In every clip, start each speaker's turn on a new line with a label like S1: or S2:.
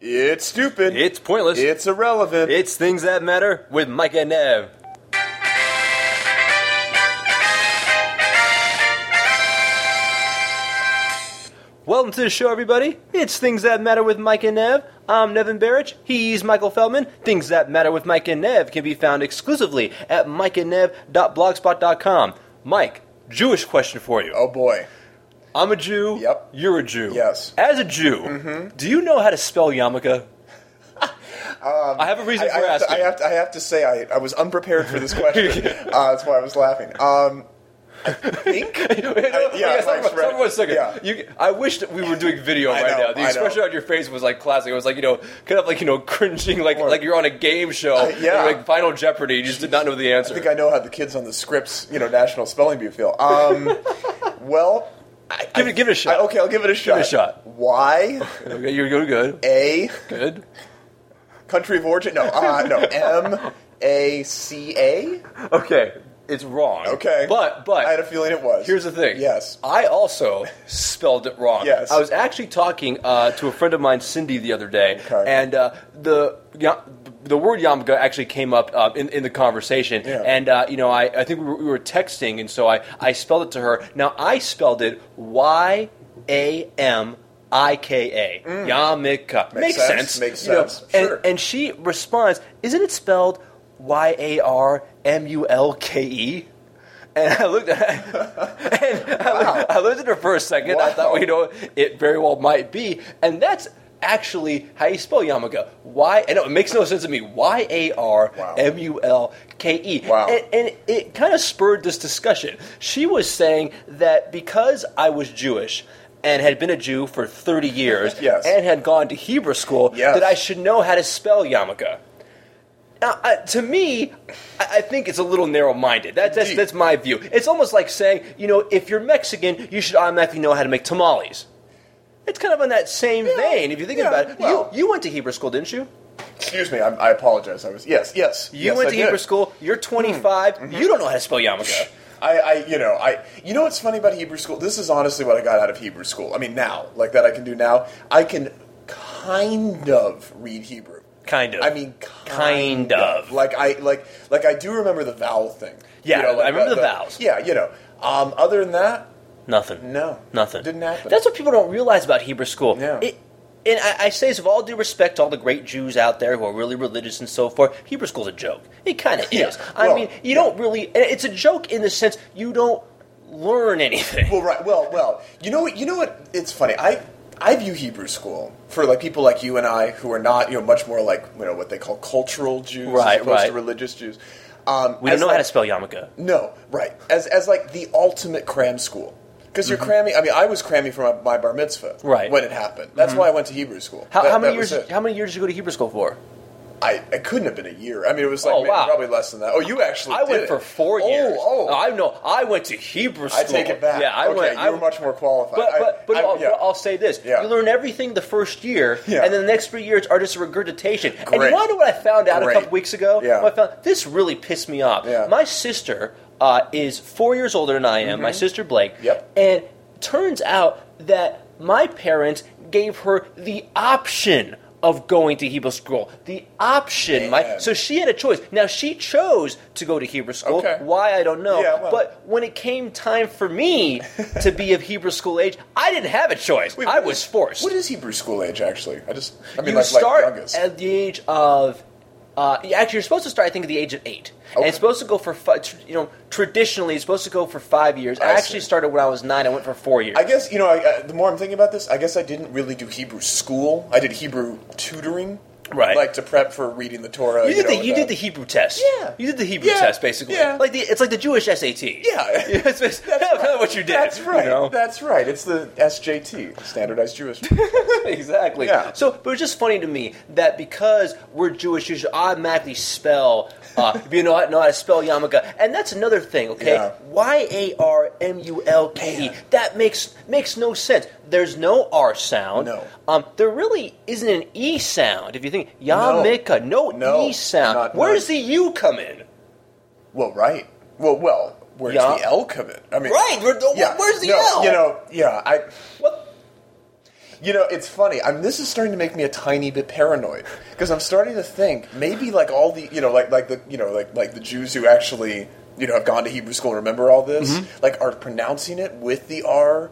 S1: It's stupid.
S2: It's pointless.
S1: It's
S2: It's,
S1: irrelevant.
S2: things that matter with Mike and Ev. Welcome to the show, everybody. It's Things That Matter with Mike and Nev. I'm Nevin Barrich. He's Michael Feldman. Things That Matter with Mike and Nev can be found exclusively at mikeandnev.blogspot.com. Mike, Jewish question for you.
S1: oh boy.
S2: I'm a Jew.
S1: Yep.
S2: You're a Jew.
S1: Yes. Mm-hmm.
S2: As a Jew, do you know how to spell yarmulke? I have a reason
S1: Um, I, I
S2: for
S1: have to,
S2: asking.
S1: I have to. I have to say, I, I was unprepared for this question. uh, that's why I was laughing. Um, I think.
S2: No,
S1: yeah,
S2: okay, stop
S1: like
S2: for-
S1: spread-
S2: stop for one second.
S1: yeah.
S2: You- I wish that we were doing video
S1: I
S2: right
S1: know,
S2: now. The
S1: I
S2: expression
S1: know.
S2: on your face was like classic. It was like you know, kind of like you know, cringing, like
S1: Or-
S2: like you're on a game show,
S1: yeah.
S2: and, like Final Jeopardy. You just did not know the answer.
S1: I think I know how the kids on the scripts, you know, National Spelling Bee feel. Um, well, I,
S2: Give it- give it a shot.
S1: I- okay, I'll give it a shot.
S2: it a shot.
S1: Y
S2: okay, you're good, good,
S1: A
S2: good.
S1: country of origin? No, uh, no. M A C A.
S2: Okay, it's wrong.
S1: Okay,
S2: but but
S1: I had a feeling it was.
S2: Here's the thing.
S1: Yes.
S2: I also spelled it wrong.
S1: Yes.
S2: I was actually talking uh, to a friend of mine, Cindy, the other day,
S1: Okay.
S2: and uh, the. Ya- the word yarmulke actually came up uh, in, in the conversation,
S1: Yeah.
S2: and uh, you know, I, I think we were, we were texting, and so I, I spelled it to her. Now I spelled it Y A M I K A yarmulke. Makes,
S1: sense,
S2: sense.
S1: Mm. makes
S2: you know,
S1: sense,
S2: and-
S1: sure.
S2: and and she responds, "Isn't it spelled Y A R M U L K E?" And I looked at, and I, looked, I looked at her for a second. I thought,
S1: Wow.
S2: well, you know, it very well might be, and that's actually how you spell yarmulke. Why? And it makes no sense to me. Y A R M U L K E.
S1: Wow.
S2: And- and it kind of spurred this discussion. She was saying that because I was Jewish. And had been a Jew for 30 years
S1: Yes.
S2: and had gone to Hebrew school,
S1: Yes.
S2: that I should know how to spell yarmulke. Now, uh, to me, I, I think it's a little narrow-minded. That, that's
S1: Indeed.
S2: that's my view. It's almost like saying, you know, if you're Mexican, you should automatically know how to make tamales. It's kind of on that same vein. If you think
S1: yeah,
S2: about it,
S1: well.
S2: you you went to Hebrew school, didn't you?
S1: Excuse me. I, I apologize. I was. Yes. Yes.
S2: You
S1: yes,
S2: went
S1: I did.
S2: to
S1: Hmm. Mm-hmm.
S2: Hebrew school. You're 25. You don't know how to spell yarmulke.
S1: I, I, you know, I, you know, what's funny about Hebrew school? This is honestly what I got out of Hebrew school. I mean, now, like that, I can do now. I can kind of read Hebrew.
S2: Kind of.
S1: I mean,
S2: Kind of.
S1: Like I, like, like I do remember the vowel thing.
S2: Yeah,
S1: like
S2: I remember the vowels.
S1: Yeah, you know. Um, other than that,
S2: Nothing.
S1: No.
S2: Nothing.
S1: Didn't happen.
S2: That's what people don't realize about Hebrew school.
S1: Yeah.
S2: It, and I, I say this with all due respect to all the great Jews out there who are really religious and so forth. Hebrew school's a joke. It kind of
S1: Yeah.
S2: is. I
S1: Well,
S2: mean, you
S1: yeah.
S2: don't really. and It's a joke in the sense you don't learn anything.
S1: Well, right. Well, well. You know what? You know what? It's funny. I I view Hebrew school for like people like you and I who are not you know much more like you know what they call cultural Jews
S2: Right,
S1: as opposed
S2: right.
S1: to religious Jews. Um,
S2: we don't
S1: as
S2: know
S1: like-
S2: how to spell yarmulke.
S1: No, right. As as like the ultimate cram school. Because you're cramming. I mean, I was cramming for my, my bar mitzvah
S2: Mm-hmm. Right. Mm-hmm.
S1: when it happened. That's why I went to Hebrew school.
S2: How,
S1: That-
S2: how many
S1: that was
S2: years?
S1: it.
S2: How many years did you go to Hebrew school for?
S1: I, I couldn't have been a year. I mean, it was like
S2: Oh,
S1: maybe-
S2: wow.
S1: probably less than that. Oh, you actually
S2: I
S1: did
S2: went
S1: it.
S2: for four years.
S1: Oh, oh.
S2: I know. I went to Hebrew school.
S1: I take it back.
S2: Yeah, I
S1: okay,
S2: went.
S1: You
S2: I-
S1: were much more qualified.
S2: But,
S1: I-
S2: but, but,
S1: I-
S2: I'll,
S1: yeah.
S2: but I'll say this:
S1: Yeah.
S2: you learn everything the first year,
S1: Yeah.
S2: and then the next three years are just a regurgitation. And you
S1: Great.
S2: want to know what I found out
S1: Great.
S2: a couple weeks ago?
S1: Yeah.
S2: What I found this really pissed me off.
S1: Yeah.
S2: My sister uh, is four years older than I am. My sister Blake.
S1: Mm-hmm. Yep.
S2: And turns out that my parents gave her the option. Of going to Hebrew school, the option, my
S1: Man.
S2: so she had a choice. Now she chose to go to Hebrew school.
S1: Okay.
S2: Why I don't know,
S1: Yeah, well.
S2: but when it came time for me to be of Hebrew school age, I didn't have a choice.
S1: Wait,
S2: I
S1: what
S2: was
S1: is-
S2: forced.
S1: What is Hebrew school age actually? I just I mean
S2: you
S1: like, like
S2: start
S1: youngest.
S2: at the age of. Uh, yeah, actually, you're supposed to start, I think, at the age of eight, and
S1: Okay.
S2: it's supposed to go for fi- tr- you know traditionally it's supposed to go for five years. I,
S1: I
S2: actually
S1: see.
S2: started when I was nine. I went for four years.
S1: I guess you know. I, I, the more I'm thinking about this, I guess I didn't really do Hebrew school. I did Hebrew tutoring,
S2: Right.
S1: Like to prep for reading the Torah.
S2: you did
S1: know,
S2: the you
S1: and that.
S2: did the Hebrew test.
S1: Yeah.
S2: you did the Hebrew
S1: Yeah.
S2: test basically.
S1: Yeah.
S2: like the, it's like the Jewish SAT.
S1: Yeah.
S2: that's, that's
S1: right.
S2: what you did.
S1: That's right.
S2: you know?
S1: That's right. It's the SJT, Standardized Jewish.
S2: exactly.
S1: Yeah.
S2: So, but it's just funny to me that because we're Jewish, you should automatically spell. Uh, if you know how, know how to spell yarmulke, and that's another thing. Okay,
S1: Yeah.
S2: Y A R M U L K E. That makes makes no sense. There's no R sound.
S1: No.
S2: Um, there really isn't an E sound. If you think yarmulke, no,
S1: No,
S2: E sound.
S1: not-
S2: Where
S1: not-
S2: does the U come in?
S1: well, right. Well, well. Where's
S2: Yeah.
S1: the L come in? I mean,
S2: Right, where- where's the
S1: no,
S2: L?
S1: You know. Yeah. I.
S2: What?
S1: You know, it's funny. I'm. This is starting to make me a tiny bit paranoid because I'm starting to think maybe like all the you know like like the you know like like the Jews who actually you know have gone to Hebrew school and remember all this
S2: Mm-hmm.
S1: like are pronouncing it with the R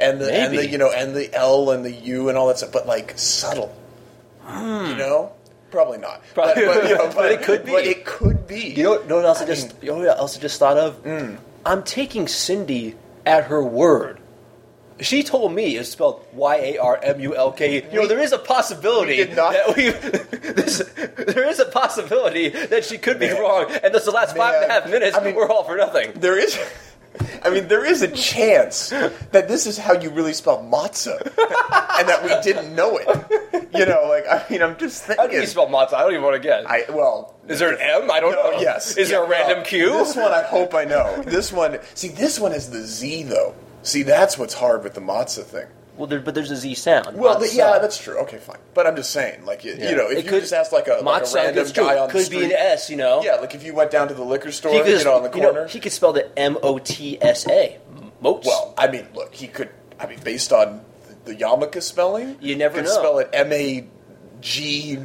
S1: and the and the
S2: Maybe.
S1: you know and the L and the U and all that stuff, but like subtle. You know, probably not.
S2: Hmm. Probably-
S1: but, but, you know,
S2: but it could be.
S1: But it could be.
S2: You know, what- no one else I
S1: I
S2: just you know what else I just thought of.
S1: Mm.
S2: I'm taking Cindy at her word. She told me it's spelled Y A R M U L K. You know,
S1: We-
S2: there is a possibility
S1: we did not-
S2: that we this, there is a possibility that she could be
S1: Man.
S2: wrong, and that's the last five and a
S1: Man.
S2: half minutes.
S1: I mean-
S2: we're all for nothing.
S1: there is I mean there is a chance that this is how you really spell matzah and that we didn't know it. You know, like I mean I'm just thinking
S2: How do you spell matzah? I don't even want to guess.
S1: I well
S2: is there an M? I don't
S1: Oh,
S2: know.
S1: yes.
S2: Is there a
S1: Yeah,
S2: random
S1: well,
S2: Q?
S1: This one I hope I know. This one see this one is the Z though. See that's what's hard with the matzah thing.
S2: Well, there, but there's a Z sound.
S1: Well, the,
S2: Matzah.
S1: yeah, that's true. Okay, fine. But I'm just saying, like you, you know, if
S2: It
S1: you
S2: could-
S1: just ask like a, like
S2: matzah
S1: a random
S2: goes through.
S1: guy on
S2: could
S1: the street,
S2: be an S. You know.
S1: yeah, like if you went down to the liquor store,
S2: He could,
S1: you know, on the
S2: you know,
S1: corner,
S2: he could spell the M O T S A. Moats.
S1: Well, I mean, look, he could. I mean, based on the Yarmulke spelling,
S2: You never
S1: could
S2: know.
S1: spell it M A G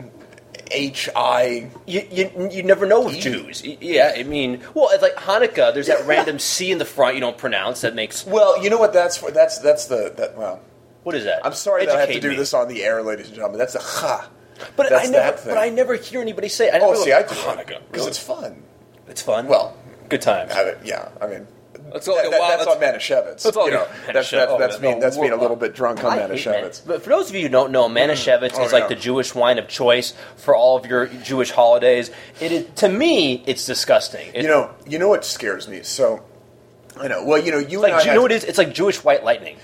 S1: H I.
S2: you, you, you never know with
S1: E.
S2: Jews. Y- Yeah, I mean, well, it's like Hanukkah. There's that random C in the front you don't pronounce. That makes
S1: Well, you know what? That's for. That's that's the that. Well,
S2: what is that?
S1: I'm sorry that I have to
S2: Educate
S1: do
S2: me.
S1: this on the air, ladies and gentlemen. That's the ha.
S2: but
S1: that's that
S2: I never.
S1: thing.
S2: But I never hear anybody say. It. I
S1: Oh,
S2: never
S1: see,
S2: go,
S1: I do
S2: Hanukkah
S1: because
S2: really?
S1: it's fun.
S2: It's fun.
S1: Well,
S2: good times.
S1: I mean, yeah, I mean.
S2: That's all- wow,
S1: that's,
S2: that's-
S1: on Manischewitz.
S2: that's all-
S1: you know, that's, that's,
S2: Manischewitz.
S1: that's,
S2: Oh,
S1: being,
S2: no,
S1: that's being a
S2: we're-
S1: little bit drunk on
S2: I hate
S1: Manischewitz.
S2: Manischewitz. But for those of you who don't know, Manischewitz
S1: Oh,
S2: is like
S1: yeah.
S2: the Jewish wine of choice for all of your Jewish holidays. It is to me, it's disgusting. It-
S1: You know, you know what scares me? So, I know. Well, you know, you
S2: It's
S1: and I
S2: like, do you
S1: had-
S2: know what it is? It's like Jewish white lightning.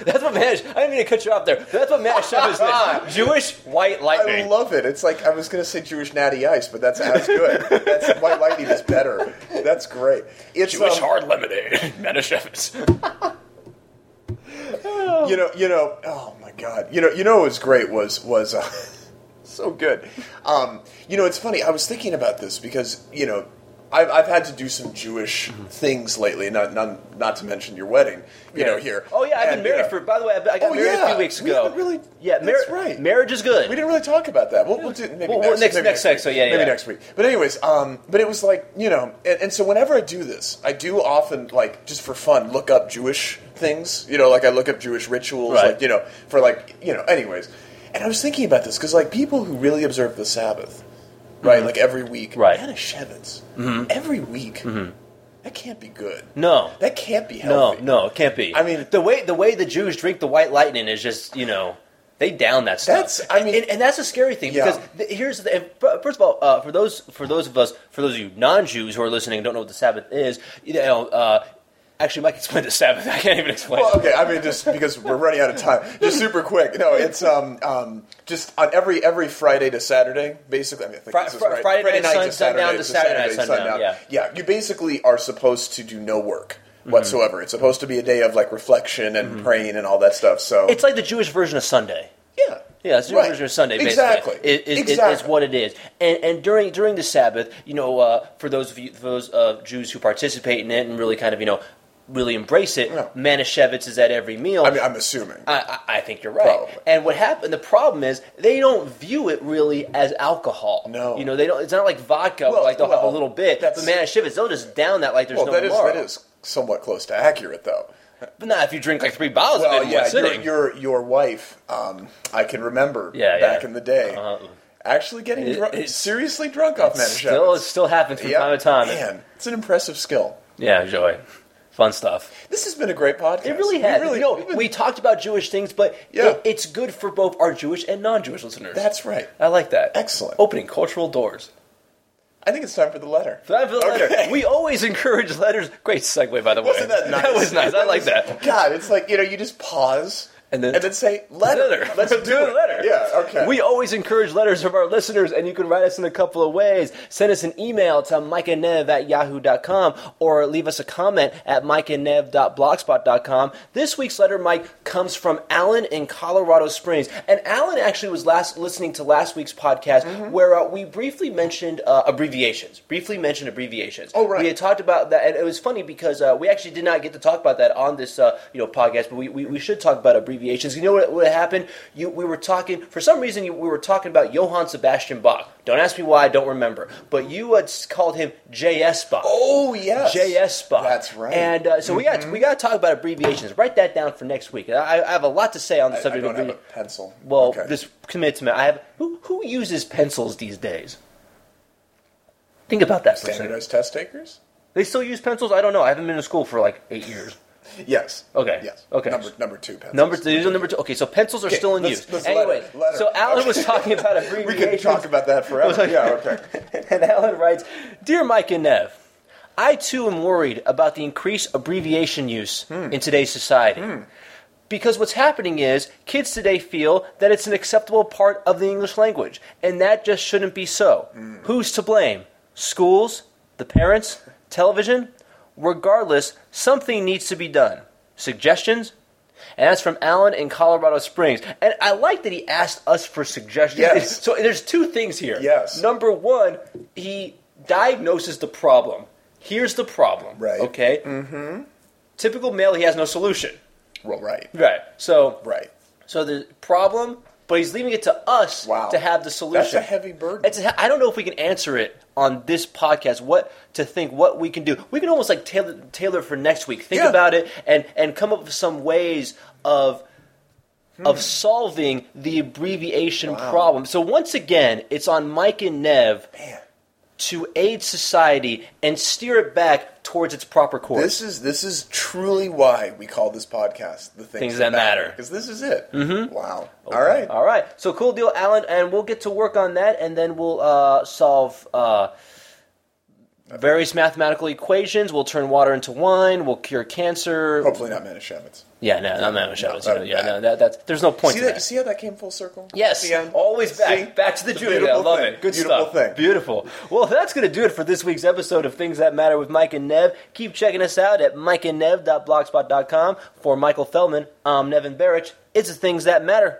S2: that's what Manish. I didn't mean to cut you off there. but That's what Manish is. Jewish white
S1: I
S2: lightning.
S1: love it. It's like I was going to say Jewish Natty Ice, but that's as good. That's White Lightning is better. That's great. It's um,
S2: lemonade. Manish
S1: You know. You know. Oh my God. You know. You know. What was great was was uh, so good. Um, you know. It's funny. I was thinking about this because you know. I've, I've had to do some Jewish
S2: Mm-hmm.
S1: things lately, not, not not to mention your wedding, you know. Here,
S2: Oh yeah, I've been
S1: And,
S2: married
S1: you know,
S2: for. By the way, I I got
S1: Oh,
S2: married a
S1: yeah.
S2: few weeks
S1: We
S2: ago.
S1: haven't really-
S2: yeah,
S1: that's right.
S2: Marriage is good.
S1: We didn't really talk about that. We'll, we'll do maybe
S2: Well, well,
S1: next,
S2: next-
S1: maybe
S2: next
S1: week.
S2: so yeah,
S1: maybe
S2: yeah.
S1: next week. But anyways, um, but it was like you know, and, and so whenever I do this, I do often like just for fun look up Jewish things. You know, like I look up Jewish rituals,
S2: Right.
S1: like you know, for like you know. Anyways, and I was thinking about this because like people who really observe the Sabbath, right? Like every week,
S2: Mm-hmm. Right. Mm-hmm.
S1: And a Shevitz every week. That can't be good.
S2: No.
S1: that can't be
S2: no,
S1: healthy.
S2: no, it can't be.
S1: I mean-
S2: the way the way the Jews drink the white lightning is just you know. They down that stuff.
S1: That's- I mean-
S2: and, and that's a scary thing
S1: Yeah.
S2: because the, here's the and f- first of all uh, for those for those of us for those of you non-Jews who are listening and don't know what the Sabbath is, you know, uh, actually Mike explained the Sabbath. I can't even explain.
S1: Well,
S2: it.
S1: okay. I mean, just because we're running out of time, just super quick. No, it's um, um, just on every every Friday to Saturday, basically. I mean, I think
S2: Fri-
S1: this is
S2: fri-
S1: right.
S2: Friday night,
S1: to
S2: sundown
S1: Saturday
S2: to Saturday night, sundown,
S1: Yeah, you basically are supposed to do no work
S2: Mm-hmm.
S1: whatsoever. It's supposed to be a day of like reflection and praying and all that stuff. So
S2: It's like the Jewish version of Sunday.
S1: yeah,
S2: Yeah, it's the
S1: Right.
S2: version of Sunday. Basically.
S1: Exactly.
S2: It, it,
S1: exactly.
S2: It's what it is. And, and during during the Sabbath, you know, uh, for those of you, for those uh, Jews who participate in it and really kind of you know really embrace it,
S1: Yeah.
S2: Manischewitz is at every meal.
S1: I mean, I'm assuming.
S2: I, I I think you're right.
S1: Probably.
S2: And what happened? The problem is they don't view it really as alcohol.
S1: No.
S2: you know they don't. It's not like vodka.
S1: Well,
S2: like they'll have a
S1: well,
S2: little bit. But
S1: that's-
S2: Manischewitz, they'll just down that like there's
S1: well,
S2: no
S1: that is
S2: tomorrow.
S1: that is somewhat close to accurate though.
S2: But not if you drink like three bottles
S1: Well,
S2: of it in
S1: yeah,
S2: one
S1: your,
S2: sitting.
S1: your your wife, um, I can remember
S2: Yeah,
S1: back
S2: yeah.
S1: in the day,
S2: Uh-huh.
S1: actually getting
S2: It-
S1: drunk,
S2: it's-
S1: seriously drunk off Manischewitz.
S2: still, it still happens from
S1: Yep.
S2: time to time.
S1: Man, it's an impressive skill.
S2: Yeah, joy, fun stuff.
S1: This has been a great podcast.
S2: It really
S1: We
S2: has.
S1: really-
S2: no,
S1: we've been-
S2: we talked about Jewish things, but
S1: Yeah.
S2: it, it's good for both our Jewish and non-Jewish listeners.
S1: that's right.
S2: I like that.
S1: Excellent.
S2: Opening cultural doors.
S1: I think it's time for the letter.
S2: Time for the letter.
S1: Okay.
S2: We always encourage letters. Great segue, by the way.
S1: Wasn't that nice?
S2: was nice. I like that.
S1: God, it's like you know, you just pause
S2: And then-
S1: say letter.
S2: Letter.
S1: Let's do,
S2: do the
S1: it.
S2: letter.
S1: Yeah. Okay.
S2: We always encourage letters from our listeners, and you can write us in a couple of ways. Send us an email to mikeandnev at yahoo.com or leave us a comment at mikeandnev.blogspot.com. This week's letter, Mike, comes from Alan in Colorado Springs. And Alan actually was last listening to last week's podcast
S1: Mm-hmm.
S2: where uh, we briefly mentioned uh, abbreviations. Briefly mentioned abbreviations.
S1: Oh, right.
S2: We had talked about that, and it was funny because uh, we actually did not get to talk about that on this uh, you know podcast, but we, we, we should talk about abbreviations abbreviations. You know what would have happened? You, we were talking for some reason. You, we were talking about Johann Sebastian Bach. Don't ask me why. I don't remember. But you had s- called him J.S. Bach.
S1: Oh yes,
S2: JS Bach.
S1: That's right. Mm-hmm.
S2: And uh, so we got we got to talk about abbreviations. Write that down for next week. I, I have a lot to say on the
S1: I, I
S2: subject
S1: don't
S2: of
S1: have a
S2: abbrevi-
S1: pencil.
S2: well,
S1: Okay.
S2: this commits me. I have who who uses pencils these days? Think about that for a second.
S1: standardized test takers.
S2: They still use pencils? I don't know. I haven't been to school for like eight years.
S1: Yes.
S2: Okay.
S1: Yes.
S2: Okay.
S1: Number number two pencils.
S2: Number two, these are number two. Okay, so pencils are still in
S1: let's-
S2: use.
S1: let's let
S2: anyway,
S1: her- let her.
S2: so Alan was talking about
S1: We
S2: abbreviations.
S1: could talk about that forever.
S2: like-
S1: yeah. Okay.
S2: and Alan writes, "Dear Mike and Nev, I too am worried about the increased abbreviation use
S1: Hmm.
S2: in today's society." Because what's happening is kids today feel that it's an acceptable part of the English language, and that just shouldn't be so.
S1: Hmm.
S2: Who's to blame? Schools, the parents, television? Regardless, something needs to be done. Suggestions? And that's from Alan in Colorado Springs. And I like that he asked us for suggestions.
S1: Yes.
S2: So there's two things here.
S1: Yes.
S2: Number one, he diagnoses the problem. Here's the problem.
S1: Right.
S2: Okay. Mm-hmm. Typical male, he has no solution.
S1: Well, right.
S2: Right. So
S1: Right.
S2: so the problem, but he's leaving it to us
S1: Wow.
S2: to have the solution.
S1: That's a heavy burden.
S2: It's a, I don't know if we can answer it on this podcast. What to think? What we can do? We can almost like tailor tailor for next week. Think
S1: Yeah.
S2: about it and and come up with some ways of.
S1: Hmm.
S2: Of solving the abbreviation problem. So, once again, it's on Mike and Nev
S1: Man.
S2: to aid society and steer it back towards its proper course.
S1: This is this is truly why we call this podcast the things,
S2: Things That Matter.
S1: because this is it. Mm-hmm. Wow. All right.
S2: All right. So cool deal, Alan, and we'll get to work on that, and then we'll uh, solve uh,
S1: Uh,
S2: various mathematical equations. We'll turn water into wine. We'll cure cancer.
S1: Hopefully not Manish Shamits.
S2: Yeah, no, not Manish.
S1: Oh. No,
S2: Evans, you know,
S1: uh,
S2: yeah, no, that, that's there's no point
S1: See
S2: to
S1: that?
S2: that.
S1: See how that came full circle?
S2: Yes,
S1: At the end?
S2: always back,
S1: See?
S2: back to the
S1: It's a
S2: Julia. I
S1: beautiful
S2: love
S1: thing.
S2: it. Good
S1: beautiful
S2: stuff.
S1: Thing.
S2: Beautiful. Well, that's going to do it for this week's episode of Things That Matter with Mike and Nev. Keep checking us out at mikeandnev.blogspot.com. For Michael Feldman, I'm Nevin Barrich. It's the Things That Matter.